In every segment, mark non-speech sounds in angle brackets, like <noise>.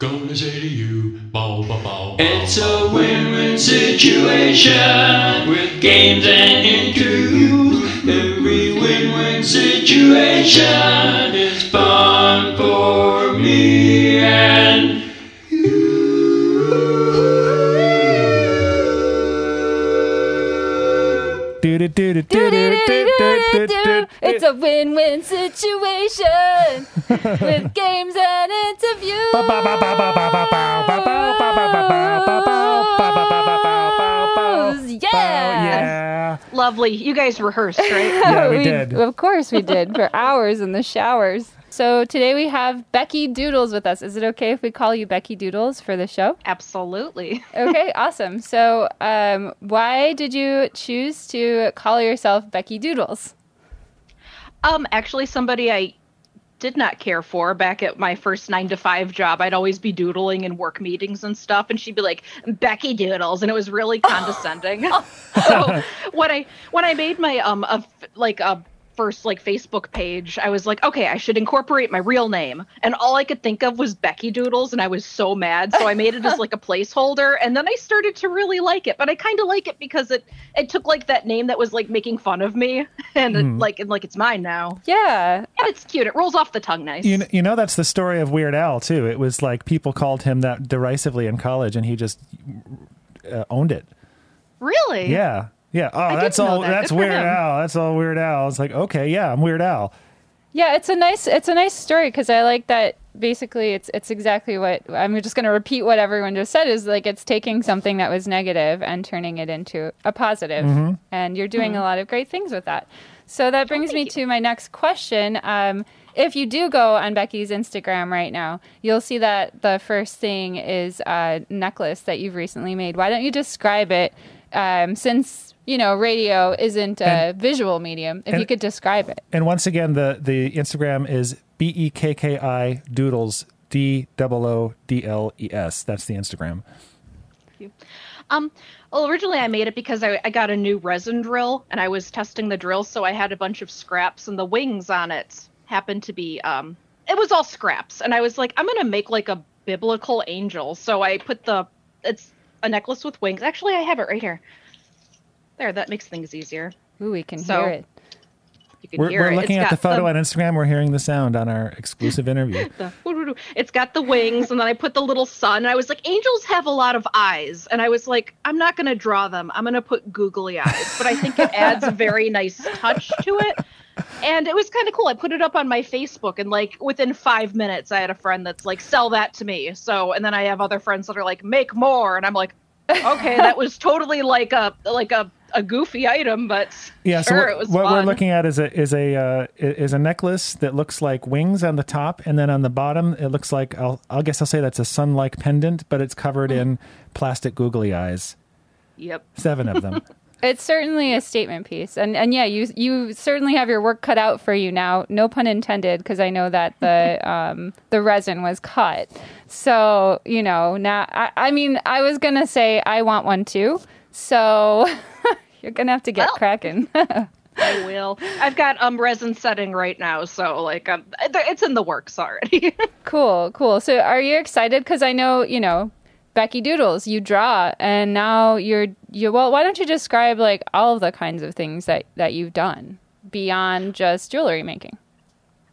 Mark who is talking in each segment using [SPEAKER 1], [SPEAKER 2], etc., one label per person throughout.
[SPEAKER 1] Gonna say to you, bow, bow, bow,
[SPEAKER 2] It's a win-win situation with games and interviews. Every win-win situation is fun for me and
[SPEAKER 3] It's
[SPEAKER 4] It's
[SPEAKER 3] a win-win situation with games and interviews. Yeah.
[SPEAKER 4] yeah.
[SPEAKER 5] Lovely. You guys
[SPEAKER 3] <laughs>
[SPEAKER 5] rehearsed, right?
[SPEAKER 4] Yeah, we did.
[SPEAKER 3] Of course we did for hours in the showers. So today we have Becky Doodles with us. Is it okay if we call you Becky Doodles for the show?
[SPEAKER 5] Absolutely.
[SPEAKER 3] Okay, awesome. So, um, why did you choose to call yourself Becky Doodles?
[SPEAKER 5] Um, actually, somebody I did not care for back at my first nine to five job. I'd always be doodling in work meetings and stuff, and she'd be like, "Becky Doodles," and it was really condescending. so when I when I made my um a, f- like a first like Facebook page, I was like, "Okay, I should incorporate my real name," and all I could think of was Becky Doodles, and I was so mad. So I made it as like a placeholder, and then I started to really like it. But I kind of like it because it it took like that name that was like making fun of me, and it, like and like it's mine now.
[SPEAKER 3] Yeah,
[SPEAKER 5] And it's cute. It rolls off the tongue nice.
[SPEAKER 4] You know, you know that's the story of Weird Al too. It was like people called him that derisively in college, and he just uh, owned it.
[SPEAKER 5] really?
[SPEAKER 4] Yeah, yeah. Oh, that's
[SPEAKER 5] know
[SPEAKER 4] all.
[SPEAKER 5] that.
[SPEAKER 4] That's
[SPEAKER 5] Good for
[SPEAKER 4] Weird
[SPEAKER 5] him.
[SPEAKER 4] Al. That's all Weird Al. It's like okay, yeah, I'm Weird Al.
[SPEAKER 3] Yeah, it's a nice it's a nice story because I like that. Basically, it's it's exactly what I'm just going to repeat what everyone just said is like it's taking something that was negative and turning it into a positive, and you're doing a lot of great things with that. So that brings me to my next question. Um, if you do go on Becky's Instagram right now, you'll see that the first thing is a necklace that you've recently made. Why don't you describe it? Um, since you know radio isn't a visual medium, if you
[SPEAKER 4] and-
[SPEAKER 3] could describe it.
[SPEAKER 4] And once again, the the Instagram is b e k k i doodles d o o d l e s. That's the Instagram.
[SPEAKER 5] Um, well, originally I made it because I, I got a new resin drill and I was testing the drill, so I had a bunch of scraps and the wings on it happened to be um, it was all scraps, and I was like, I'm gonna make like a biblical angel, so I put the it's a necklace with wings. Actually, I have it right here. There, that makes things easier.
[SPEAKER 3] Ooh, we can
[SPEAKER 5] So-
[SPEAKER 3] hear it.
[SPEAKER 5] You can
[SPEAKER 4] We're,
[SPEAKER 5] hear
[SPEAKER 4] we're
[SPEAKER 5] it.
[SPEAKER 4] looking
[SPEAKER 5] It's
[SPEAKER 4] at the
[SPEAKER 5] got
[SPEAKER 4] photo on Instagram. We're hearing the sound on our exclusive
[SPEAKER 5] <laughs>
[SPEAKER 4] interview.
[SPEAKER 5] the- it's got the wings and then i put the little sun and i was like angels have a lot of eyes and i was like i'm not going to draw them i'm going to put googly eyes but i think it adds a very nice touch to it and it was kind of cool i put it up on my facebook and like within five minutes i had a friend that's like sell that to me so and then i have other friends that are like make more and i'm like okay that was totally like a like a a goofy item but
[SPEAKER 4] Yeah, so
[SPEAKER 5] sure,
[SPEAKER 4] what,
[SPEAKER 5] it was
[SPEAKER 4] what we're
[SPEAKER 5] fun.
[SPEAKER 4] looking at is a is a uh, i- is a necklace that looks like wings on the top, and then on the bottom it looks like I'll I guess I'll say that's a sun like pendant, but it's covered in plastic googly eyes,
[SPEAKER 5] yep
[SPEAKER 4] seven of
[SPEAKER 5] <laughs>
[SPEAKER 4] them.
[SPEAKER 3] It's certainly a statement piece, and and yeah, you you certainly have your work cut out for you now. No pun intended, because I know that the um the resin was cut. So you know now, I, I mean, I was gonna say I want one too. So <laughs> you're gonna have to get
[SPEAKER 5] Well-
[SPEAKER 3] cracking. <laughs>
[SPEAKER 5] I will. I've got um resin setting right now, so like um, it's in the works already. <laughs>
[SPEAKER 3] cool, cool. So are you excited? Because I know you know Becky Doodles, you draw, and now you're you. Well, why don't you describe like all of the kinds of things that that you've done beyond just jewelry making?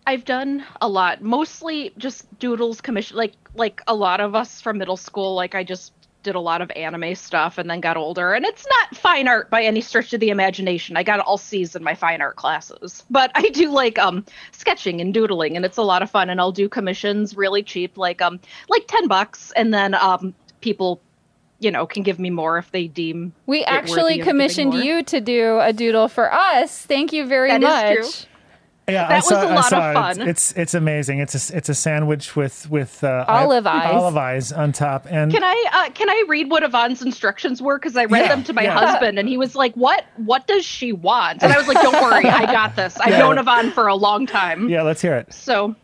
[SPEAKER 5] I've done a lot, mostly just doodles commission, like like a lot of us from middle school. Like I just did a lot of anime stuff and then got older, and it's not fine art by any stretch of the imagination. I got all C's in my fine art classes, but I do like um sketching and doodling, and it's a lot of fun. And I'll do commissions really cheap, like um like ten bucks, and then um people, you know, can give me more if they deem
[SPEAKER 3] We
[SPEAKER 5] it worthy
[SPEAKER 3] actually
[SPEAKER 5] of giving
[SPEAKER 3] commissioned
[SPEAKER 5] more.
[SPEAKER 3] you to do a doodle for us. Thank you very
[SPEAKER 5] That is
[SPEAKER 3] much.
[SPEAKER 5] true.
[SPEAKER 4] Yeah, I
[SPEAKER 5] That was
[SPEAKER 4] saw,
[SPEAKER 5] a
[SPEAKER 4] I
[SPEAKER 5] lot
[SPEAKER 4] saw
[SPEAKER 5] of
[SPEAKER 4] it. It's-
[SPEAKER 5] fun.
[SPEAKER 4] It's, it's amazing. It's a it's a sandwich with with uh,
[SPEAKER 3] Olive
[SPEAKER 4] eye-
[SPEAKER 3] eyes.
[SPEAKER 4] olive eyes on top, and
[SPEAKER 5] Can I uh, can I read what Yvonne's instructions were? Because I read
[SPEAKER 4] Yeah,
[SPEAKER 5] them to my
[SPEAKER 4] yeah.
[SPEAKER 5] husband, and he was like, "What? What does she want?" And I was
[SPEAKER 4] <laughs>
[SPEAKER 5] like, "Don't worry, I got this. I've
[SPEAKER 4] Yeah.
[SPEAKER 5] known Yvonne for a long time."
[SPEAKER 4] yeah, let's hear it.
[SPEAKER 5] So,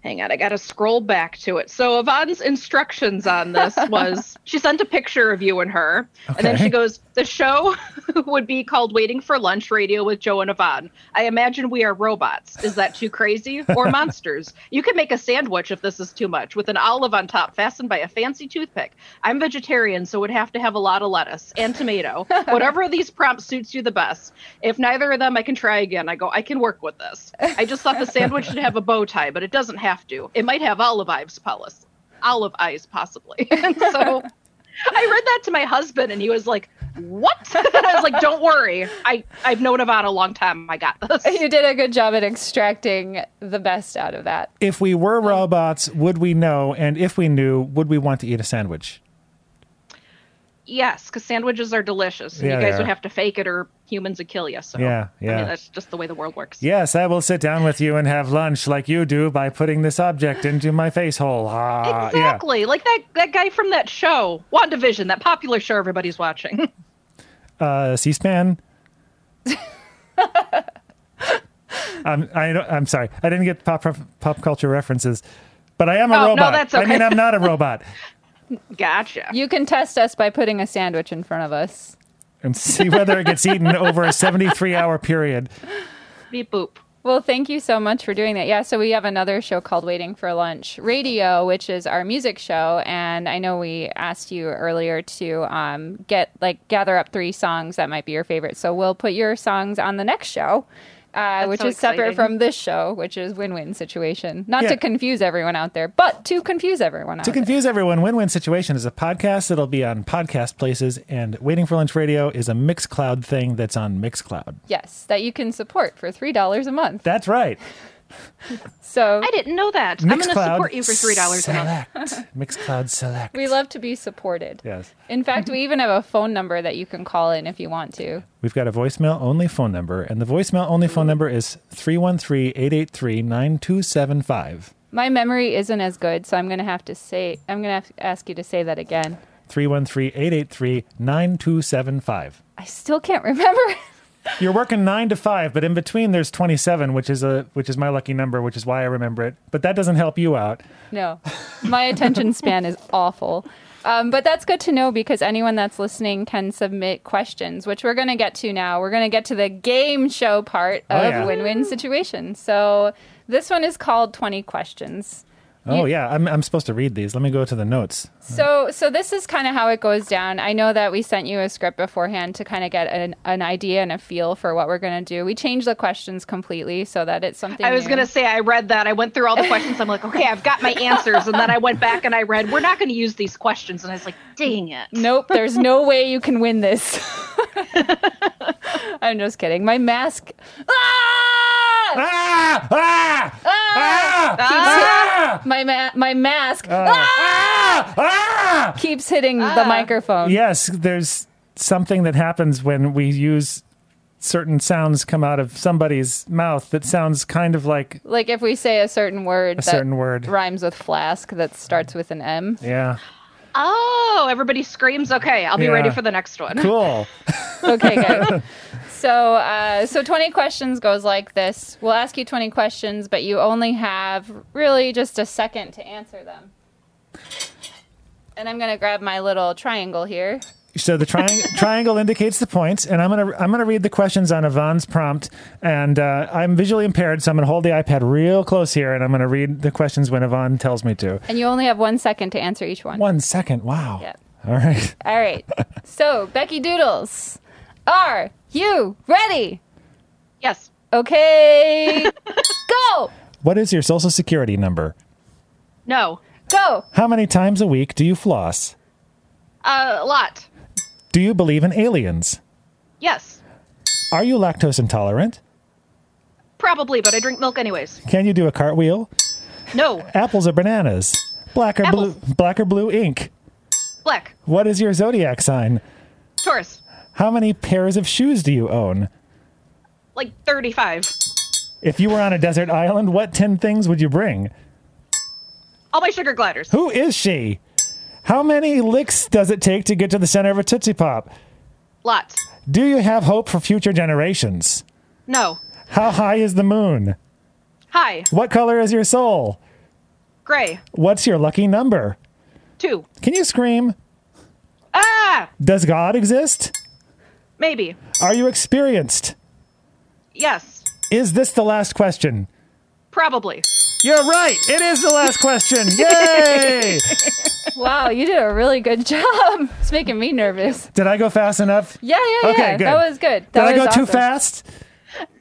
[SPEAKER 5] hang on, I gotta scroll back to it. So Yvonne's instructions on this was she sent a picture of you and her, and then
[SPEAKER 4] Okay.
[SPEAKER 5] she goes, "The show <laughs> would be called Waiting for Lunch Radio with Joe and Yvonne. I imagine we are robots. Is that too crazy or monsters? You can make a sandwich if this is too much with an olive on top fastened by a fancy toothpick. I'm vegetarian, so would have to have a lot of lettuce and tomato. Whatever of these prompts suits you the best. If neither of them, I can try again. I go, I can work with this. I just thought the sandwich should have a bow tie, but it doesn't have to. It might have olive eyes, Paulus. Olive eyes, possibly. <laughs> And so I read that to my husband, and he was like, "What?" <laughs> And I was like, "Don't worry, I I've known about it a long time. I got this."
[SPEAKER 3] <laughs> You did a good job at extracting the best out of that.
[SPEAKER 4] If we were robots, would we know? And if we knew, would we want to eat a sandwich?
[SPEAKER 5] <laughs> Yes, because sandwiches are delicious, and
[SPEAKER 4] Yeah,
[SPEAKER 5] you
[SPEAKER 4] they
[SPEAKER 5] guys would
[SPEAKER 4] are.
[SPEAKER 5] have to fake it, or humans would kill you. So
[SPEAKER 4] Yeah,
[SPEAKER 5] I
[SPEAKER 4] yeah.
[SPEAKER 5] mean, that's just the way the world works.
[SPEAKER 4] Yes, I will sit down with you and have lunch like you do by putting this object into my face hole. Ah, yeah.
[SPEAKER 5] Exactly, like that that guy from that show, WandaVision, that popular show everybody's watching. <laughs>
[SPEAKER 4] uh, C-SPAN. I'm I don't, I'm sorry, I didn't get pop pop culture references, but I am a
[SPEAKER 5] Oh, no,
[SPEAKER 4] robot.
[SPEAKER 5] that's
[SPEAKER 4] I
[SPEAKER 5] okay.
[SPEAKER 4] mean, I'm
[SPEAKER 5] <laughs>
[SPEAKER 4] not a robot,
[SPEAKER 5] gotcha.
[SPEAKER 3] You can test us by putting a sandwich in front of us.
[SPEAKER 4] and see whether it gets eaten over a 73 hour period.
[SPEAKER 5] Beep boop.
[SPEAKER 3] Well, thank you so much for doing that. Yeah, so we have another show called Waiting for Lunch Radio, which is our music show, and I know we asked you earlier to um, get like gather up three songs that might be your favorite. So we'll put your songs on the next show, uh, which
[SPEAKER 5] so
[SPEAKER 3] is separate
[SPEAKER 5] exciting.
[SPEAKER 3] from this show, which is win-win situation. Not
[SPEAKER 4] Yeah.
[SPEAKER 3] to confuse everyone out there, but to confuse everyone out
[SPEAKER 4] To
[SPEAKER 3] there.
[SPEAKER 4] confuse everyone, Win Win Situation is a podcast that'll be on podcast places, and Waiting for Lunch Radio is a Mixcloud thing that's on Mixcloud.
[SPEAKER 3] Yes, that you can support for three dollars a month.
[SPEAKER 4] That's right.
[SPEAKER 3] So
[SPEAKER 5] I didn't know that. I'm going to
[SPEAKER 4] Mixcloud
[SPEAKER 5] support you for three dollars a month. <laughs>
[SPEAKER 4] Select Mixcloud Select.
[SPEAKER 3] we love to be supported.
[SPEAKER 4] Yes.
[SPEAKER 3] In fact, we even have a phone number that you can call in if you want to.
[SPEAKER 4] We've got a voicemail only phone number, and the voicemail only phone number is 313 883 9275.
[SPEAKER 3] My memory isn't as good, so I'm going to have to say I'm going to have to ask you to say that again.
[SPEAKER 4] 313 883 9275.
[SPEAKER 3] I still can't <laughs> remember.
[SPEAKER 4] You're working nine to five, but in between there's 27, which is a which is my lucky number, which is why I remember it. But that doesn't help you out.
[SPEAKER 3] No, my attention span is awful. Um, but that's good to know because anyone that's listening can submit questions, which we're going to get to now. We're going to get to the game show part
[SPEAKER 4] Oh,
[SPEAKER 3] of
[SPEAKER 4] yeah.
[SPEAKER 3] win win situation. So this one is called 20 Questions.
[SPEAKER 4] Oh yeah, I'm I'm supposed to read these. Let me go to the notes.
[SPEAKER 3] So, so this is kind of how it goes down. I know that we sent you a script beforehand to kind of get an, an idea and a feel for what we're going to do. We changed the questions completely so that it's something.
[SPEAKER 5] I was
[SPEAKER 3] new.
[SPEAKER 5] going to say I read that. I went through all the questions. I'm like, okay, I've got my answers, and then I went back and I read, we're not going to use these questions, and I was like, dang it.
[SPEAKER 3] Nope, there's no way you can win this. <laughs> I'm just kidding. My mask. Ah!
[SPEAKER 4] Ah! Ah! Ah! Ah! Ah!
[SPEAKER 3] My ma- my mask
[SPEAKER 4] Ah! Ah!
[SPEAKER 3] keeps hitting the microphone.
[SPEAKER 4] Yes, there's something that happens when we use certain sounds come out of somebody's mouth that sounds kind of like
[SPEAKER 3] Like if we say a certain word
[SPEAKER 4] a
[SPEAKER 3] that
[SPEAKER 4] certain word.
[SPEAKER 3] rhymes with flask that starts with an M.
[SPEAKER 4] Yeah.
[SPEAKER 5] Oh, everybody screams. Okay, I'll be
[SPEAKER 4] Yeah.
[SPEAKER 5] ready for the next one.
[SPEAKER 4] Cool. <laughs>
[SPEAKER 3] Okay, good. so, uh, so 20 questions goes like this. We'll ask you 20 questions, but you only have really just a second to answer them. And I'm going to grab my little triangle here.
[SPEAKER 4] So the tri- <laughs> triangle indicates the points, and I'm gonna I'm gonna read the questions on Yvonne's prompt, and uh, I'm visually impaired, so I'm gonna hold the iPad real close here, and I'm gonna read the questions when Yvonne tells me to.
[SPEAKER 3] And you only have one second to answer each one.
[SPEAKER 4] One second. Wow.
[SPEAKER 3] Yep.
[SPEAKER 4] All right. <laughs>
[SPEAKER 3] All right. So, Becky Doodles, are you ready?
[SPEAKER 5] Yes.
[SPEAKER 4] <laughs>
[SPEAKER 3] Okay. go.
[SPEAKER 4] What is your social security number?
[SPEAKER 5] No.
[SPEAKER 3] Go.
[SPEAKER 4] How many times a week do you floss?
[SPEAKER 5] Uh, a lot.
[SPEAKER 4] Do you believe in aliens?
[SPEAKER 5] Yes.
[SPEAKER 4] Are you lactose intolerant?
[SPEAKER 5] Probably, but I drink milk anyways.
[SPEAKER 4] Can you do a cartwheel?
[SPEAKER 5] No.
[SPEAKER 4] Apples or bananas? Black or
[SPEAKER 5] Apples.
[SPEAKER 4] blue? Black or blue ink?
[SPEAKER 5] Black.
[SPEAKER 4] What is your zodiac sign?
[SPEAKER 5] Taurus.
[SPEAKER 4] How many pairs of shoes do you own?
[SPEAKER 5] Like 35.
[SPEAKER 4] If you were on a desert island, what 10 things would you bring?
[SPEAKER 5] All my sugar gliders.
[SPEAKER 4] Who is she? How many licks does it take to get to the center of a Tootsie Pop?
[SPEAKER 5] Lots.
[SPEAKER 4] Do you have hope for future generations?
[SPEAKER 5] No.
[SPEAKER 4] How high is the moon?
[SPEAKER 5] Hi.
[SPEAKER 4] What color is your soul?
[SPEAKER 5] Gray.
[SPEAKER 4] What's your lucky number?
[SPEAKER 5] Two.
[SPEAKER 4] Can you scream?
[SPEAKER 5] Ah!
[SPEAKER 4] Does God exist?
[SPEAKER 5] Maybe.
[SPEAKER 4] Are you experienced?
[SPEAKER 5] Yes.
[SPEAKER 4] Is this the last question?
[SPEAKER 5] Probably.
[SPEAKER 4] You're right. It is the last
[SPEAKER 3] <laughs>
[SPEAKER 4] question. Yay!
[SPEAKER 3] Wow, you did a really good <laughs> job. It's making me nervous.
[SPEAKER 4] Did I go fast enough?
[SPEAKER 3] Yeah, yeah,
[SPEAKER 4] Okay,
[SPEAKER 3] yeah.
[SPEAKER 4] good.
[SPEAKER 3] That was good. That
[SPEAKER 4] Did I
[SPEAKER 3] was
[SPEAKER 4] go too
[SPEAKER 3] awesome.
[SPEAKER 4] fast?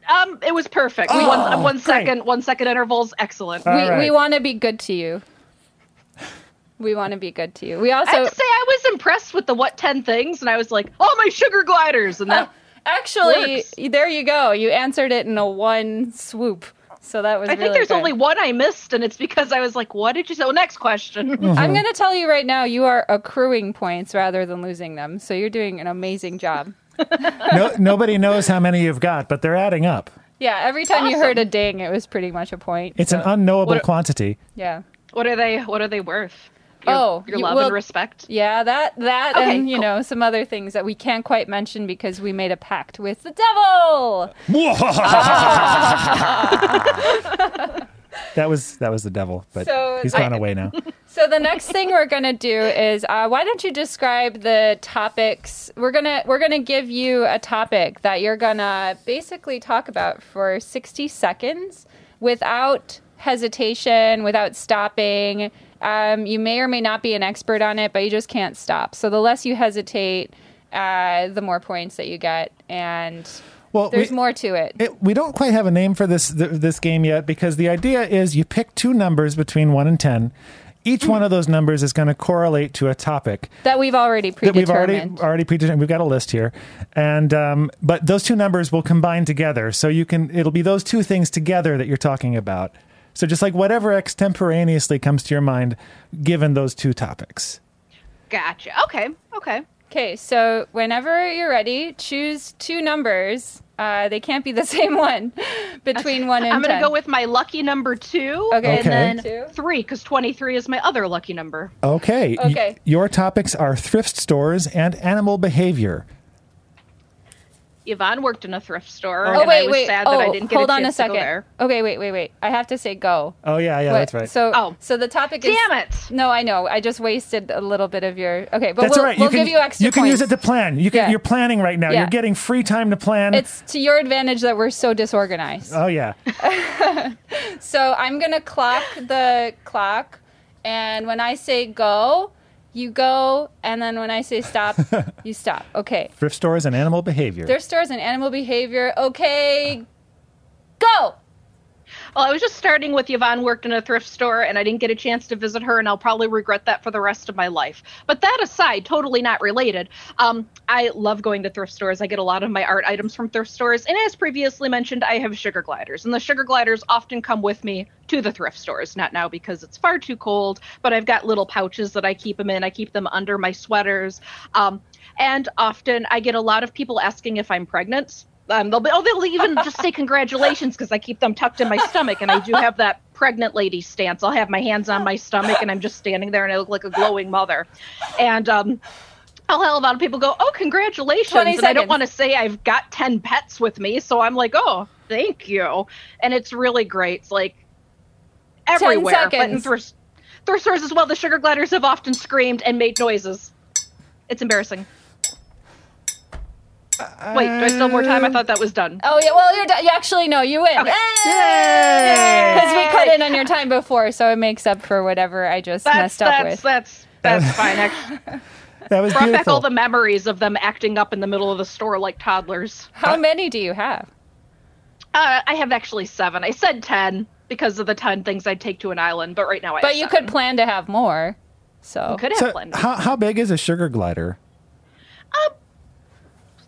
[SPEAKER 5] Um, it was perfect. We one, one
[SPEAKER 4] Oh, great. Uh,
[SPEAKER 5] second, one second intervals. Excellent.
[SPEAKER 3] We,
[SPEAKER 4] All right.
[SPEAKER 3] we want to be good to you. We want to be good to you. We also
[SPEAKER 5] I have to say, I was impressed with the what ten things, and I was like, "Oh, my sugar gliders!" And that
[SPEAKER 3] actually
[SPEAKER 5] works.
[SPEAKER 3] there you go. You answered it in a one swoop. So that was.
[SPEAKER 5] I think
[SPEAKER 3] really
[SPEAKER 5] there's
[SPEAKER 3] good.
[SPEAKER 5] only one I missed, and it's because I was like, "What did you say?" Well, next question.
[SPEAKER 4] Mm-hmm.
[SPEAKER 3] I'm going to tell you right now, you are accruing points rather than losing them. So you're doing an amazing job.
[SPEAKER 4] No, nobody knows how many you've got, but they're adding up.
[SPEAKER 3] Yeah, every time you
[SPEAKER 5] Awesome.
[SPEAKER 3] heard a ding, it was pretty much a point.
[SPEAKER 4] It's an
[SPEAKER 3] So,
[SPEAKER 4] unknowable
[SPEAKER 5] What-
[SPEAKER 4] quantity.
[SPEAKER 3] yeah.
[SPEAKER 5] <laughs> What are they? What are they worth? Your,
[SPEAKER 3] Oh,
[SPEAKER 5] your
[SPEAKER 3] you-
[SPEAKER 5] love
[SPEAKER 3] well-
[SPEAKER 5] and respect.
[SPEAKER 3] Yeah, that that
[SPEAKER 5] Okay,
[SPEAKER 3] and you
[SPEAKER 5] cool.
[SPEAKER 3] know some other things that we can't quite mention because we made a pact with the devil.
[SPEAKER 4] <laughs> That was that was the devil, but
[SPEAKER 3] So
[SPEAKER 4] he's
[SPEAKER 3] I-
[SPEAKER 4] gone away
[SPEAKER 3] <laughs>
[SPEAKER 4] now.
[SPEAKER 3] So the next thing we're gonna do is uh, why don't you describe the topics? We're gonna we're gonna give you a topic that you're gonna basically talk about for 60 seconds without hesitation, without stopping. Um, you may or may not be an expert on it, but you just can't stop. So the less you hesitate, uh, the more points that you get, and
[SPEAKER 4] Well,
[SPEAKER 3] there's
[SPEAKER 4] we-
[SPEAKER 3] more to it.
[SPEAKER 4] it, we don't quite have a name for this th- this game yet because the idea is you pick two numbers between one and ten. Each
[SPEAKER 3] Hmm.
[SPEAKER 4] one of those numbers is going to correlate to a topic
[SPEAKER 3] that we've already
[SPEAKER 4] that we've
[SPEAKER 3] predetermined.
[SPEAKER 4] already already predetermined. We've got a list here, and um, but those two numbers will combine together, so you can it'll be those two things together that you're talking about. So just like whatever extemporaneously comes to your mind, given those two topics.
[SPEAKER 5] Gotcha. Okay. Okay.
[SPEAKER 3] Okay, so whenever you're ready, choose two numbers. Uh, they can't be the <laughs> same one between one and
[SPEAKER 5] I'm gonna
[SPEAKER 3] ten.
[SPEAKER 5] go with my lucky number two,
[SPEAKER 3] Okay.
[SPEAKER 4] Okay.
[SPEAKER 5] and then
[SPEAKER 3] Two.
[SPEAKER 5] three, because 23 is my other lucky number.
[SPEAKER 4] Okay. y-
[SPEAKER 3] Okay.
[SPEAKER 4] your topics are thrift stores and animal behavior.
[SPEAKER 5] Yvonne worked in a thrift store.
[SPEAKER 3] Oh
[SPEAKER 5] and I
[SPEAKER 3] wait,
[SPEAKER 5] was
[SPEAKER 3] wait.
[SPEAKER 5] Sad
[SPEAKER 3] oh,
[SPEAKER 5] that I didn't get
[SPEAKER 3] hold
[SPEAKER 5] a
[SPEAKER 3] on a
[SPEAKER 5] chance to go
[SPEAKER 3] second.
[SPEAKER 5] there.
[SPEAKER 3] Okay, wait, wait, wait. I have to say go.
[SPEAKER 4] Oh yeah, yeah,
[SPEAKER 3] What-
[SPEAKER 4] that's right.
[SPEAKER 3] So,
[SPEAKER 5] Oh.
[SPEAKER 3] so the topic is.
[SPEAKER 5] Damn it.
[SPEAKER 3] No, I know. I just wasted a little bit of your. Okay, but
[SPEAKER 4] That's
[SPEAKER 3] we'll,
[SPEAKER 4] all right.
[SPEAKER 3] we'll give you extra.
[SPEAKER 4] You can use it
[SPEAKER 3] points.
[SPEAKER 4] to plan. You can.
[SPEAKER 3] Yeah.
[SPEAKER 4] You're planning right now.
[SPEAKER 3] Yeah.
[SPEAKER 4] You're getting free time to plan.
[SPEAKER 3] It's to your advantage that we're so disorganized.
[SPEAKER 4] oh yeah.
[SPEAKER 3] So I'm gonna clock the clock, and when I say go, you go, and then when I
[SPEAKER 4] <laughs>
[SPEAKER 3] say stop, you stop. Okay.
[SPEAKER 4] Thrift stores and animal behavior.
[SPEAKER 3] Thrift stores and animal behavior. Okay, go.
[SPEAKER 5] Well, I was just starting with Yvonne worked in a thrift store, and I didn't get a chance to visit her, and I'll probably regret that for the rest of my life. But that aside, totally not related. Um, I love going to thrift stores. I get a lot of my art items from thrift stores, and as previously mentioned, I have sugar gliders, and the sugar gliders often come with me to the thrift stores. Not now because it's far too cold, but I've got little pouches that I keep them in. I keep them under my sweaters, um, and often I get a lot of people asking if I'm pregnant um, they'll be, oh, they'll even just say congratulations because I keep them tucked in my stomach, and I do have that pregnant lady stance. I'll have my hands on my stomach, and I'm just standing there, and I look like a glowing mother. And um, I'll have a lot of people go, "Oh, congratulations!"
[SPEAKER 3] 20
[SPEAKER 5] And I don't
[SPEAKER 3] seconds.
[SPEAKER 5] want to say I've got ten pets with me, so I'm like, "Oh, thank you," and it's really great. It's like everywhere, but in
[SPEAKER 3] seconds.
[SPEAKER 5] thrift, thrift stores as well, the sugar gliders have often screamed and made noises. It's embarrassing. Wait, do I still have more time? I thought that was done.
[SPEAKER 3] Oh yeah. Well, you're done. You actually no, you win.
[SPEAKER 5] Okay.
[SPEAKER 3] Because we cut in on your time before, so it makes up for whatever I just
[SPEAKER 5] that's
[SPEAKER 3] messed up with.
[SPEAKER 5] that's, that's
[SPEAKER 3] <laughs>
[SPEAKER 5] that's fine. Actually,
[SPEAKER 4] that was
[SPEAKER 5] brought back all
[SPEAKER 4] beautiful.
[SPEAKER 5] the memories of them acting up in the middle of the store like toddlers.
[SPEAKER 3] How many do you have?
[SPEAKER 5] Uh, I have actually seven. I said ten because of the ten things I'd take to an island, but right now I.
[SPEAKER 3] But
[SPEAKER 5] have
[SPEAKER 3] you
[SPEAKER 5] seven.
[SPEAKER 3] could plan to have more. So
[SPEAKER 5] could have
[SPEAKER 4] So
[SPEAKER 5] plenty.
[SPEAKER 4] how how big is a sugar glider?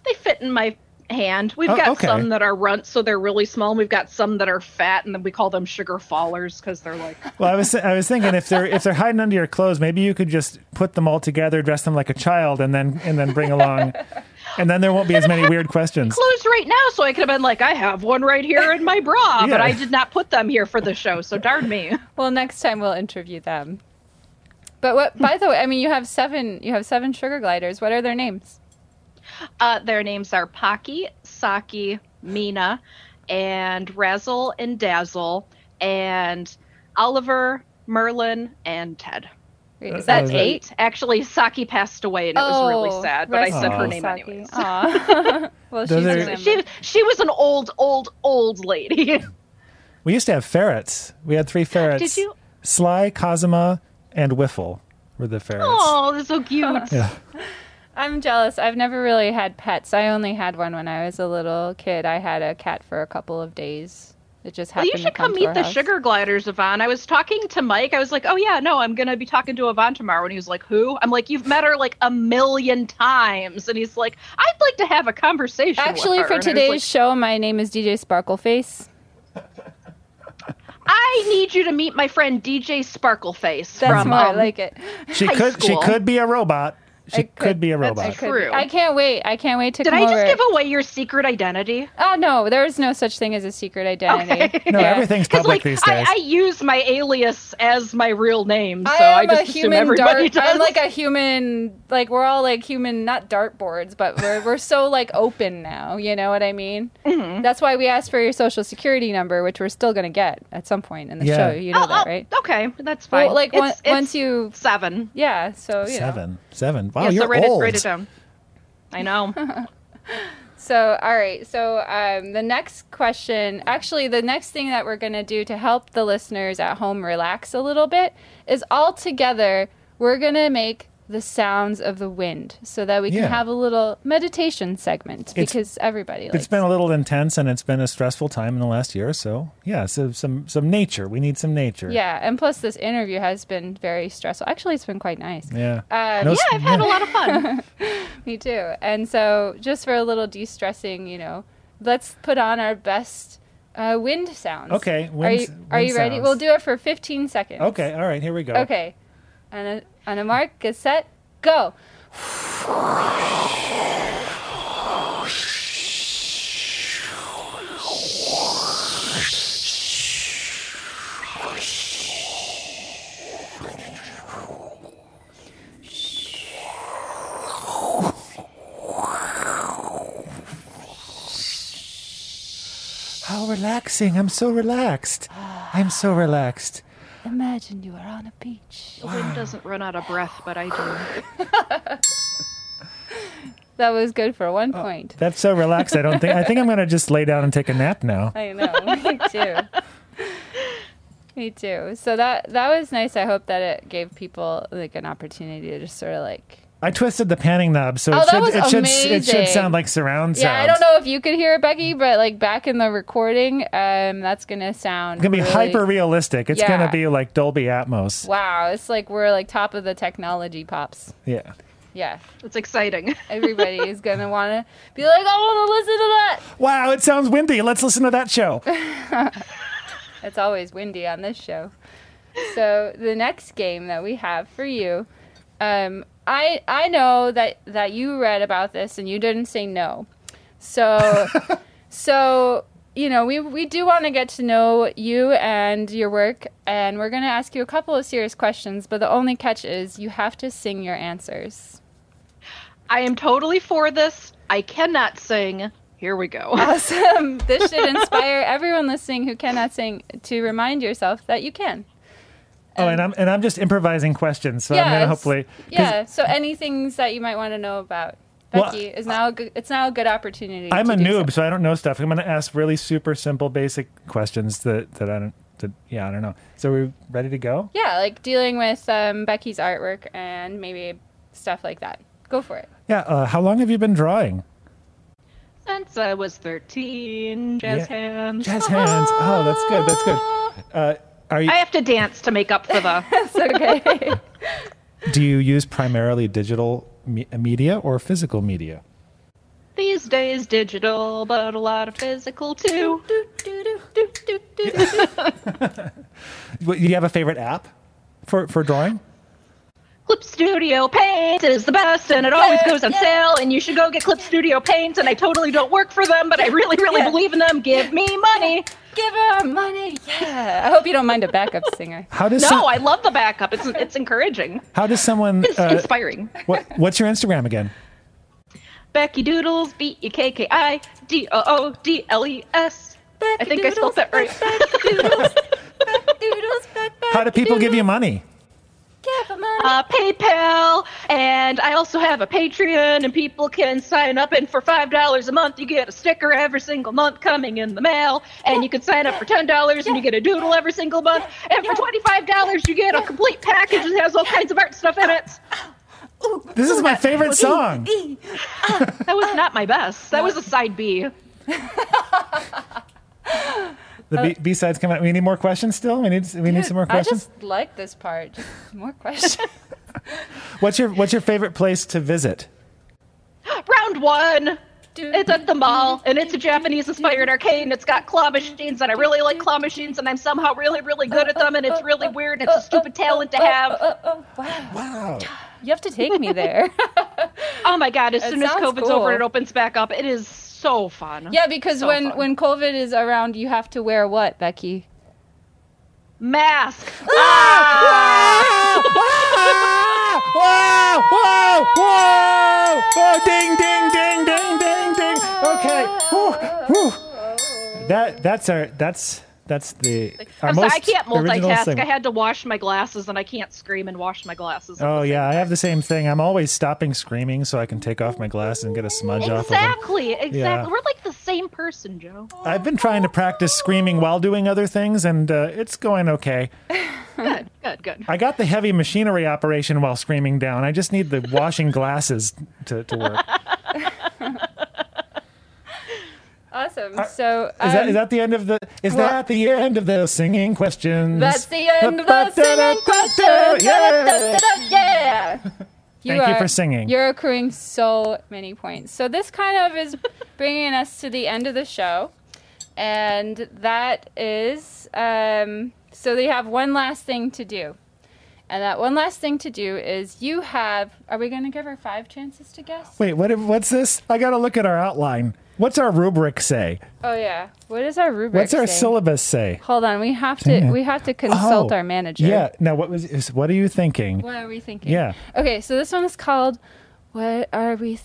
[SPEAKER 5] They fit in my hand. We've
[SPEAKER 4] Oh,
[SPEAKER 5] got
[SPEAKER 4] okay.
[SPEAKER 5] some that are runts, so they're really small. And we've got some that are fat, and then we call them sugar fallers because they're
[SPEAKER 4] <laughs>
[SPEAKER 5] like.
[SPEAKER 4] Well, I was I was thinking if they're if they're hiding under your clothes, maybe you could just put them all together, dress them like a child, and then and then bring along and then there won't be as many weird questions.
[SPEAKER 5] clues right now, so I could have been like, I have one right here in my bra,
[SPEAKER 4] Yeah.
[SPEAKER 5] but I did not put them here for the show, so darn me.
[SPEAKER 3] Well, next time we'll interview them. But what? By the way, I mean you have seven. You have seven sugar gliders. What are their names?
[SPEAKER 5] Uh, their names are Pocky, Saki, Mina, and Razzle and Dazzle, and Oliver, Merlin, and Ted.
[SPEAKER 3] Wait, is
[SPEAKER 4] Uh,
[SPEAKER 3] that
[SPEAKER 4] is it-
[SPEAKER 3] eight?
[SPEAKER 5] Actually, Saki passed away, and it was really sad. But I
[SPEAKER 3] Oh, rest
[SPEAKER 5] said
[SPEAKER 3] in
[SPEAKER 5] her
[SPEAKER 3] peace,
[SPEAKER 5] name
[SPEAKER 3] Saki.
[SPEAKER 5] anyways.
[SPEAKER 3] Aw. <laughs> well, she's
[SPEAKER 4] Those are-
[SPEAKER 3] remembered.
[SPEAKER 5] She she was an old, old, old lady.
[SPEAKER 4] We used to have ferrets. We had three ferrets.
[SPEAKER 5] Did you-
[SPEAKER 4] Sly, Cosima, and Wiffle were the ferrets.
[SPEAKER 5] <laughs> oh, that's so cute.
[SPEAKER 4] Yeah.
[SPEAKER 3] I'm jealous. I've never really had pets. I only had one when I was a little kid. I had a cat for a couple of days. It just
[SPEAKER 5] Well,
[SPEAKER 3] happened.
[SPEAKER 5] you
[SPEAKER 3] to
[SPEAKER 5] should come
[SPEAKER 3] to
[SPEAKER 5] meet
[SPEAKER 3] our
[SPEAKER 5] the
[SPEAKER 3] house.
[SPEAKER 5] sugar gliders, Yvonne. I was talking to Mike. I was like, oh, yeah, no, I'm going to be talking to Yvonne tomorrow. And he was like, who? I'm like, you've met her like a million times. And he's like, I'd like to have a conversation. with
[SPEAKER 3] Actually,
[SPEAKER 5] her.
[SPEAKER 3] for
[SPEAKER 5] And I was
[SPEAKER 3] today's
[SPEAKER 5] like,
[SPEAKER 3] show, my name is DJ Sparkleface.
[SPEAKER 5] I need you to meet my friend DJ Sparkleface.
[SPEAKER 3] That's
[SPEAKER 5] from,
[SPEAKER 3] more
[SPEAKER 5] um,
[SPEAKER 3] like
[SPEAKER 5] <laughs>
[SPEAKER 3] it.
[SPEAKER 4] She
[SPEAKER 5] High
[SPEAKER 4] could she
[SPEAKER 5] school.
[SPEAKER 4] could be a robot. She
[SPEAKER 3] I
[SPEAKER 4] could,
[SPEAKER 3] could-
[SPEAKER 4] be a
[SPEAKER 5] that's
[SPEAKER 4] robot.
[SPEAKER 5] true. True.
[SPEAKER 3] I can't wait. I can't wait to
[SPEAKER 5] Did
[SPEAKER 3] come
[SPEAKER 5] I just
[SPEAKER 3] over.
[SPEAKER 5] give away your secret identity?
[SPEAKER 3] Oh no, there is no such thing as a secret identity.
[SPEAKER 4] No,
[SPEAKER 3] Yeah.
[SPEAKER 4] everything's
[SPEAKER 5] Because
[SPEAKER 4] public
[SPEAKER 5] like
[SPEAKER 4] these
[SPEAKER 5] I,
[SPEAKER 4] days.
[SPEAKER 5] I use my alias as my real name, so
[SPEAKER 3] I
[SPEAKER 5] I,
[SPEAKER 3] am
[SPEAKER 5] just
[SPEAKER 3] a
[SPEAKER 5] assume
[SPEAKER 3] human
[SPEAKER 5] everybody
[SPEAKER 3] dart.
[SPEAKER 5] does.
[SPEAKER 3] I'm like a human. Like we're all like human, not dartboards, but we're we're so like open now. You know what I mean?
[SPEAKER 5] Mm-hmm.
[SPEAKER 3] That's why we asked for your social security number, which we're still gonna get at some point in the
[SPEAKER 4] Yeah.
[SPEAKER 3] show. You know
[SPEAKER 5] Oh,
[SPEAKER 3] that,
[SPEAKER 5] oh,
[SPEAKER 3] right?
[SPEAKER 5] Okay, that's fine.
[SPEAKER 3] Well, like
[SPEAKER 5] It's-
[SPEAKER 3] on-
[SPEAKER 5] it's
[SPEAKER 3] once you,
[SPEAKER 5] seven.
[SPEAKER 3] yeah. So you know.
[SPEAKER 4] seven. Seven. Wow,
[SPEAKER 5] oh, yeah,
[SPEAKER 4] Oh, you're
[SPEAKER 5] so write
[SPEAKER 4] old.
[SPEAKER 5] It, write it down. um, I know.
[SPEAKER 3] So, all right. So, um, the next question, actually, the next thing that we're going to do to help the listeners at home relax a little bit is all together, we're going to make the sounds of the wind so that we
[SPEAKER 4] Yeah.
[SPEAKER 3] can have a little meditation segment
[SPEAKER 4] It's-
[SPEAKER 3] because everybody likes
[SPEAKER 4] It's been a little intense and it's been a stressful time in the last year or so. Yeah, so some some nature. We need some nature.
[SPEAKER 3] Yeah. And plus, this interview has been very stressful. Actually, it's been quite nice.
[SPEAKER 4] Yeah.
[SPEAKER 3] Uh,
[SPEAKER 4] No s-
[SPEAKER 5] yeah, <laughs> I've had a lot of fun.
[SPEAKER 3] Me too. And so, just for a little de stressing, you know, let's put on our best uh, wind sounds.
[SPEAKER 4] Okay,
[SPEAKER 3] are
[SPEAKER 4] wind-
[SPEAKER 3] you, are
[SPEAKER 4] wind
[SPEAKER 3] you ready?
[SPEAKER 4] sounds.
[SPEAKER 3] We'll do it for 15 seconds.
[SPEAKER 4] Okay, all right, here we go.
[SPEAKER 3] Okay. On a, on a mark, get set, go.
[SPEAKER 4] How relaxing. I'm so relaxed. I'm so relaxed.
[SPEAKER 3] Imagine you are on a beach.
[SPEAKER 5] <laughs> The wind doesn't run out of breath, but I do.
[SPEAKER 3] That was good for one
[SPEAKER 4] Uh,
[SPEAKER 3] point.
[SPEAKER 4] That's so relaxed. I don't think I think I'm going to just lay down and take a nap now.
[SPEAKER 3] I know. <laughs> Me too.
[SPEAKER 4] <laughs>
[SPEAKER 3] Me too. So that that was nice. I hope that it gave people like an opportunity to just sort of like.
[SPEAKER 4] I twisted the panning knob so
[SPEAKER 3] Oh,
[SPEAKER 4] it
[SPEAKER 3] that
[SPEAKER 4] should
[SPEAKER 3] was
[SPEAKER 4] it should it
[SPEAKER 3] amazing.
[SPEAKER 4] should sound like surround sound.
[SPEAKER 3] Yeah, I don't know if you could hear it, Becky, but like back in the recording, um, that's gonna sound.
[SPEAKER 4] It's going to be
[SPEAKER 3] really-
[SPEAKER 4] hyper realistic. It's going
[SPEAKER 3] Yeah.
[SPEAKER 4] to be like Dolby Atmos.
[SPEAKER 3] Wow, it's like we're like top of the technology pops.
[SPEAKER 4] Yeah.
[SPEAKER 3] Yeah,
[SPEAKER 5] It's exciting. <laughs>
[SPEAKER 3] everybody is gonna want to be like, I want to listen to that.
[SPEAKER 4] Wow, it sounds windy. Let's listen to that
[SPEAKER 3] <laughs>
[SPEAKER 4] show.
[SPEAKER 3] It's always windy on this show. So the next game that we have for you, um, I I know that that you read about this and you didn't say no. So so you know we we do want to get to know you and your work, and we're going to ask you a couple of serious questions. But the only catch is you have to sing your answers. <laughs>
[SPEAKER 5] I am totally for this. I cannot sing. Here we go.
[SPEAKER 3] Awesome! this should inspire everyone listening who cannot sing to remind yourself that you can.
[SPEAKER 4] Oh, and I'm and I'm just improvising questions, so I'm going
[SPEAKER 3] Yes.
[SPEAKER 4] to hopefully 'cause
[SPEAKER 3] Yeah. So any things that you might want to know about
[SPEAKER 4] Well,
[SPEAKER 3] Becky is now a good, it's now a good opportunity.
[SPEAKER 4] I'm
[SPEAKER 3] to
[SPEAKER 4] a
[SPEAKER 3] do
[SPEAKER 4] noob,
[SPEAKER 3] so.
[SPEAKER 4] so I don't know stuff. I'm going to ask really super simple, basic questions that that I don't. That, yeah, I don't know. So we ready to go?
[SPEAKER 3] Yeah, like dealing with um, Becky's artwork and maybe stuff like that. Go for it. <laughs>
[SPEAKER 4] Yeah. Uh, how long have you been drawing?
[SPEAKER 5] <laughs> Since I was 13, jazz
[SPEAKER 4] Yeah.
[SPEAKER 5] hands. <laughs>
[SPEAKER 4] Jazz hands. Oh, that's good. That's good. Uh, are you?
[SPEAKER 5] I have to dance to make up for the.
[SPEAKER 4] <laughs>
[SPEAKER 3] It's okay.
[SPEAKER 4] Do you use primarily digital me- media or physical media?
[SPEAKER 5] These days, digital, but a lot of physical too.
[SPEAKER 4] What- Do you have a favorite app for for drawing?
[SPEAKER 5] Clip Studio paint is the best and it always goes on sale and you should go get Clip Studio paint and I totally don't work for them but I really really
[SPEAKER 3] Yeah.
[SPEAKER 5] believe in them. Give me money.
[SPEAKER 3] Give her money. Yeah. I hope you don't mind a backup singer.
[SPEAKER 4] How does some-
[SPEAKER 5] No, I love the backup. It's it's encouraging.
[SPEAKER 4] how does someone
[SPEAKER 5] <laughs> It's
[SPEAKER 4] uh,
[SPEAKER 5] inspiring.
[SPEAKER 4] what, what's your Instagram again?
[SPEAKER 5] Becky Doodles, B E K K I D O O D L E S. I think I spelled that right.
[SPEAKER 4] How do people give you money?
[SPEAKER 5] uh, PayPal, and I also have a Patreon, and people can sign up. And for five dollars a month, you get a sticker every single month coming in the mail. And you can sign up for ten dollars, and you get a doodle every single month. And for twenty-five dollars, you get a complete package that has all kinds of art stuff in it.
[SPEAKER 4] This is my favorite song.
[SPEAKER 3] E.
[SPEAKER 5] That was not my best. That was a side B.
[SPEAKER 4] The B, B sides come out. We need more questions still. We need we need some more
[SPEAKER 3] I
[SPEAKER 4] questions.
[SPEAKER 3] just like this part. Just
[SPEAKER 5] <laughs>
[SPEAKER 3] more questions.
[SPEAKER 4] What's your what's your favorite place to visit?
[SPEAKER 5] Round one. It's at the mall, and it's a Japanese-inspired arcade, and it's got claw machines, and I really like claw machines, and I'm somehow really, really good at them, and it's really weird. It's a stupid talent to have.
[SPEAKER 4] Wow.
[SPEAKER 3] You have to take me there.
[SPEAKER 5] Oh my god! As
[SPEAKER 3] It
[SPEAKER 5] soon as
[SPEAKER 3] sounds
[SPEAKER 5] COVID's over and it
[SPEAKER 3] cool.
[SPEAKER 5] opens back up, it is so fun.
[SPEAKER 3] <laughs> yeah, because
[SPEAKER 5] So
[SPEAKER 3] when
[SPEAKER 5] fun.
[SPEAKER 3] when COVID is around, you have to wear what, Becky?
[SPEAKER 5] Mask.
[SPEAKER 4] Whoa! Whoa! Whoa! Oh, ding! Ding! Ding! Ding! Ding! Ding! Okay. Whew, whew. That that's our that's that's the. Our
[SPEAKER 5] I'm sorry,
[SPEAKER 4] most
[SPEAKER 5] I can't
[SPEAKER 4] original
[SPEAKER 5] multitask.
[SPEAKER 4] segment.
[SPEAKER 5] I had to wash my glasses, and I can't scream and wash my glasses. at
[SPEAKER 4] Oh
[SPEAKER 5] the same
[SPEAKER 4] yeah, I have
[SPEAKER 5] time.
[SPEAKER 4] the same thing. I'm always stopping screaming so I can take off my glass and get a smudge off of them.
[SPEAKER 5] Exactly. Exactly.
[SPEAKER 4] Yeah.
[SPEAKER 5] We're like the same person, Joe.
[SPEAKER 4] I've been trying to practice screaming while doing other things, and uh, it's going okay.
[SPEAKER 5] Good. Good. Good.
[SPEAKER 4] I got the heavy machinery operation while screaming down. I just need the washing glasses to, to work.
[SPEAKER 3] Awesome. so
[SPEAKER 4] Is that is that the end of the? Is
[SPEAKER 3] Um, well-
[SPEAKER 4] that the end of the singing questions?
[SPEAKER 3] That's the end of the singing question.
[SPEAKER 4] Yeah.
[SPEAKER 3] Yeah. You
[SPEAKER 4] Thank you for singing.
[SPEAKER 3] You're accruing so many points. So this kind of is bringing us to the end of the show, and that is um, so they have one last thing to do, and that one last thing to do is you have. Are we going to give her five chances to guess?
[SPEAKER 4] Wait, what? What's this? I got to look at our outline. What's our rubric say?
[SPEAKER 3] Oh yeah. What is our rubric?
[SPEAKER 4] What's our
[SPEAKER 3] saying?
[SPEAKER 4] syllabus say?
[SPEAKER 3] Hold on. We have to. We have to consult
[SPEAKER 4] Oh,
[SPEAKER 3] our manager.
[SPEAKER 4] Yeah. Now, what was? Is, what are you thinking?
[SPEAKER 3] What are we thinking?
[SPEAKER 4] Yeah.
[SPEAKER 3] Okay, so this one is called "What Are We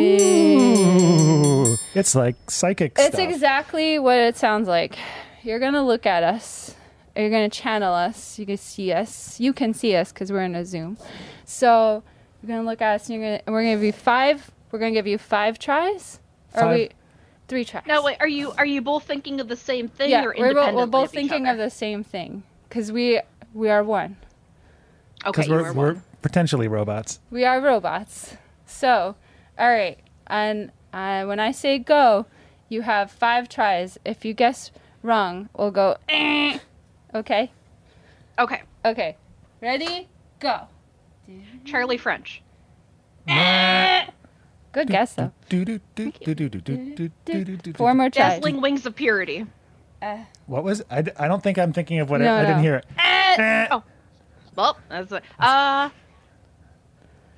[SPEAKER 3] Thinking."
[SPEAKER 4] Ooh, it's like psychic
[SPEAKER 3] It's
[SPEAKER 4] stuff.
[SPEAKER 3] exactly what it sounds like. You're gonna look at us. You're gonna channel us. You can see us. You can see us because we're in a Zoom. So you're gonna look at us, and you're gonna. And we're gonna give you five. We're gonna give you five tries. Or Are
[SPEAKER 4] Five.
[SPEAKER 3] we? Three tries.
[SPEAKER 5] Now, wait. Are you are you both thinking of the same thing?
[SPEAKER 3] Yeah,
[SPEAKER 5] or
[SPEAKER 3] we're, bo-
[SPEAKER 5] independently
[SPEAKER 3] we're both
[SPEAKER 5] of each
[SPEAKER 3] thinking of
[SPEAKER 5] other?
[SPEAKER 3] the same thing because we we are one.
[SPEAKER 5] Okay.
[SPEAKER 4] because
[SPEAKER 5] you
[SPEAKER 4] we're,
[SPEAKER 5] were
[SPEAKER 4] we're
[SPEAKER 5] one.
[SPEAKER 4] potentially robots.
[SPEAKER 3] We are robots. So, all right. And uh, when I say go, you have five tries. If you guess wrong, we'll go. <clears throat> "Eh." Okay.
[SPEAKER 5] Okay.
[SPEAKER 3] Okay. Ready? Go.
[SPEAKER 5] Charlie French.
[SPEAKER 3] Eh. Good guess though.
[SPEAKER 4] Do, do, do, do, do, do, do, do, do, do, do.
[SPEAKER 3] Four more tries.
[SPEAKER 5] Dazzling Wings of Purity.
[SPEAKER 4] What was? I, d- I don't think I'm thinking of what
[SPEAKER 3] No,
[SPEAKER 4] I, I didn't
[SPEAKER 3] no.
[SPEAKER 4] hear it. Eh.
[SPEAKER 5] Oh. Well, that's a, uh.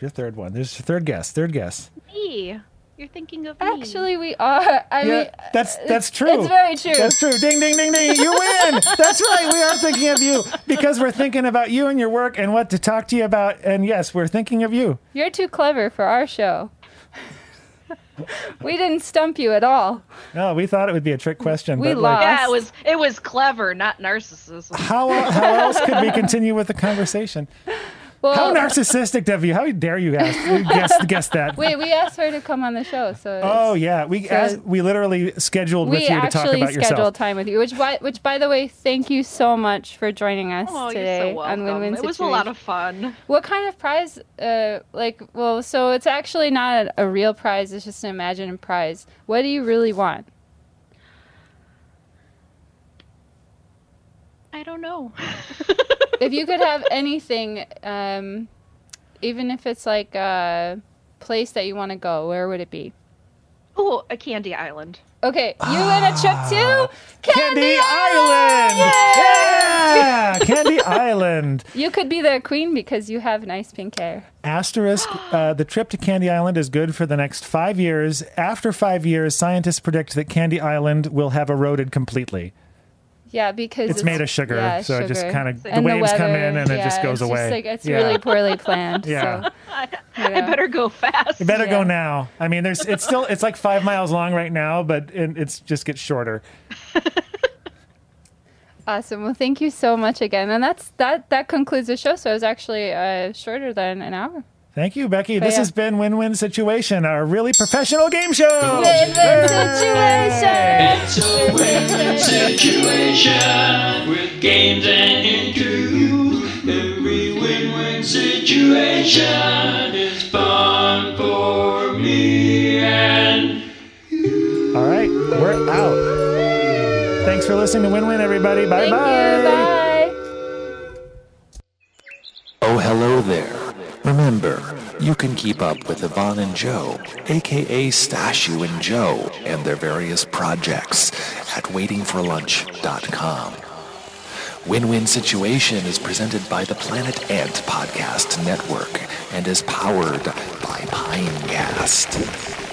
[SPEAKER 4] Your third one. There's your third guess. Third guess.
[SPEAKER 5] Me. You're thinking of me.
[SPEAKER 3] Actually, we are. I mean, uh,
[SPEAKER 4] Yeah, that's that's true.
[SPEAKER 3] it's very true.
[SPEAKER 4] That's true. Ding ding ding ding. You
[SPEAKER 3] <laughs>
[SPEAKER 4] win. that's right. We are thinking of you because we're thinking about you and your work and what to talk to you about. And yes, we're thinking of you.
[SPEAKER 3] you're too clever for
[SPEAKER 4] <laughs>
[SPEAKER 3] our show. we didn't stump you at all.
[SPEAKER 4] No, we thought it would be a trick question.
[SPEAKER 3] We
[SPEAKER 4] but like,
[SPEAKER 3] lost.
[SPEAKER 5] Yeah, it was it was clever, not narcissism.
[SPEAKER 3] <laughs>
[SPEAKER 4] how el- how else could we continue with the conversation?
[SPEAKER 3] Well,
[SPEAKER 4] How narcissistic of you! How dare you guys guess guess that?
[SPEAKER 3] wait, we asked her to come on the show, so
[SPEAKER 4] Oh yeah, we
[SPEAKER 3] So-
[SPEAKER 4] asked, we literally scheduled
[SPEAKER 3] we
[SPEAKER 4] with you to talk
[SPEAKER 3] actually
[SPEAKER 4] about
[SPEAKER 3] scheduled
[SPEAKER 4] yourself.
[SPEAKER 3] time with you, which by, which by the way, thank you so much for joining us
[SPEAKER 5] Oh,
[SPEAKER 3] today
[SPEAKER 5] you're so welcome.
[SPEAKER 3] on Win Win
[SPEAKER 5] it was a lot of fun.
[SPEAKER 3] What kind of prize? Uh, like, well, so it's actually not a real prize; it's just an imagined prize. What do you really want?
[SPEAKER 5] I don't know.
[SPEAKER 3] If you could
[SPEAKER 5] <laughs>
[SPEAKER 3] have anything, um, even if it's like a place that you want to go, where would it be?
[SPEAKER 5] Oh, a candy island.
[SPEAKER 3] Okay, you win a trip to Candy,
[SPEAKER 4] Ah, Candy
[SPEAKER 3] Island.
[SPEAKER 4] Island! Yeah! Candy Island!
[SPEAKER 3] You could be the queen because you have nice pink hair.
[SPEAKER 4] Asterisk, uh, the trip to Candy Island is good for the next five years. After five years, scientists predict that Candy Island will have eroded completely.
[SPEAKER 3] Yeah, because
[SPEAKER 4] It's, made of sugar,
[SPEAKER 3] yeah,
[SPEAKER 4] so it just
[SPEAKER 3] sugar.
[SPEAKER 4] kind of the
[SPEAKER 3] And
[SPEAKER 4] waves come
[SPEAKER 3] weather,
[SPEAKER 4] in and it
[SPEAKER 3] yeah,
[SPEAKER 4] just goes
[SPEAKER 3] it's
[SPEAKER 4] away.
[SPEAKER 3] like, it's
[SPEAKER 4] Yeah.
[SPEAKER 3] really
[SPEAKER 4] <laughs>
[SPEAKER 3] poorly planned.
[SPEAKER 4] Yeah.
[SPEAKER 3] So, you
[SPEAKER 5] I
[SPEAKER 3] know.
[SPEAKER 5] better go fast.
[SPEAKER 4] You better go
[SPEAKER 3] Yeah.
[SPEAKER 4] now. I mean, there's it's still it's like five miles long right now, but it, it's just gets shorter.
[SPEAKER 3] Awesome. Well, thank you so much again. And that's that. That concludes the show. So it was actually uh, shorter than an hour.
[SPEAKER 4] Thank you, Becky.
[SPEAKER 3] But
[SPEAKER 4] this
[SPEAKER 3] Oh, yeah.
[SPEAKER 4] has been Win-Win Situation, our really professional game show.
[SPEAKER 3] Situation.
[SPEAKER 2] It's a win-win situation with games and interviews. Every win-win situation is fun for me and.
[SPEAKER 4] All right, we're out. Thanks for listening to Win-Win, everybody.
[SPEAKER 3] Thank
[SPEAKER 4] Bye-bye.
[SPEAKER 3] you. Bye.
[SPEAKER 6] Oh, hello there. Remember, you can keep up with Yvonne and Joe, aka Stashu and Joe, and their various projects at waitingforlunch.com. Win Win Situation is presented by the Planet Ant Podcast Network and is powered by Pinecast.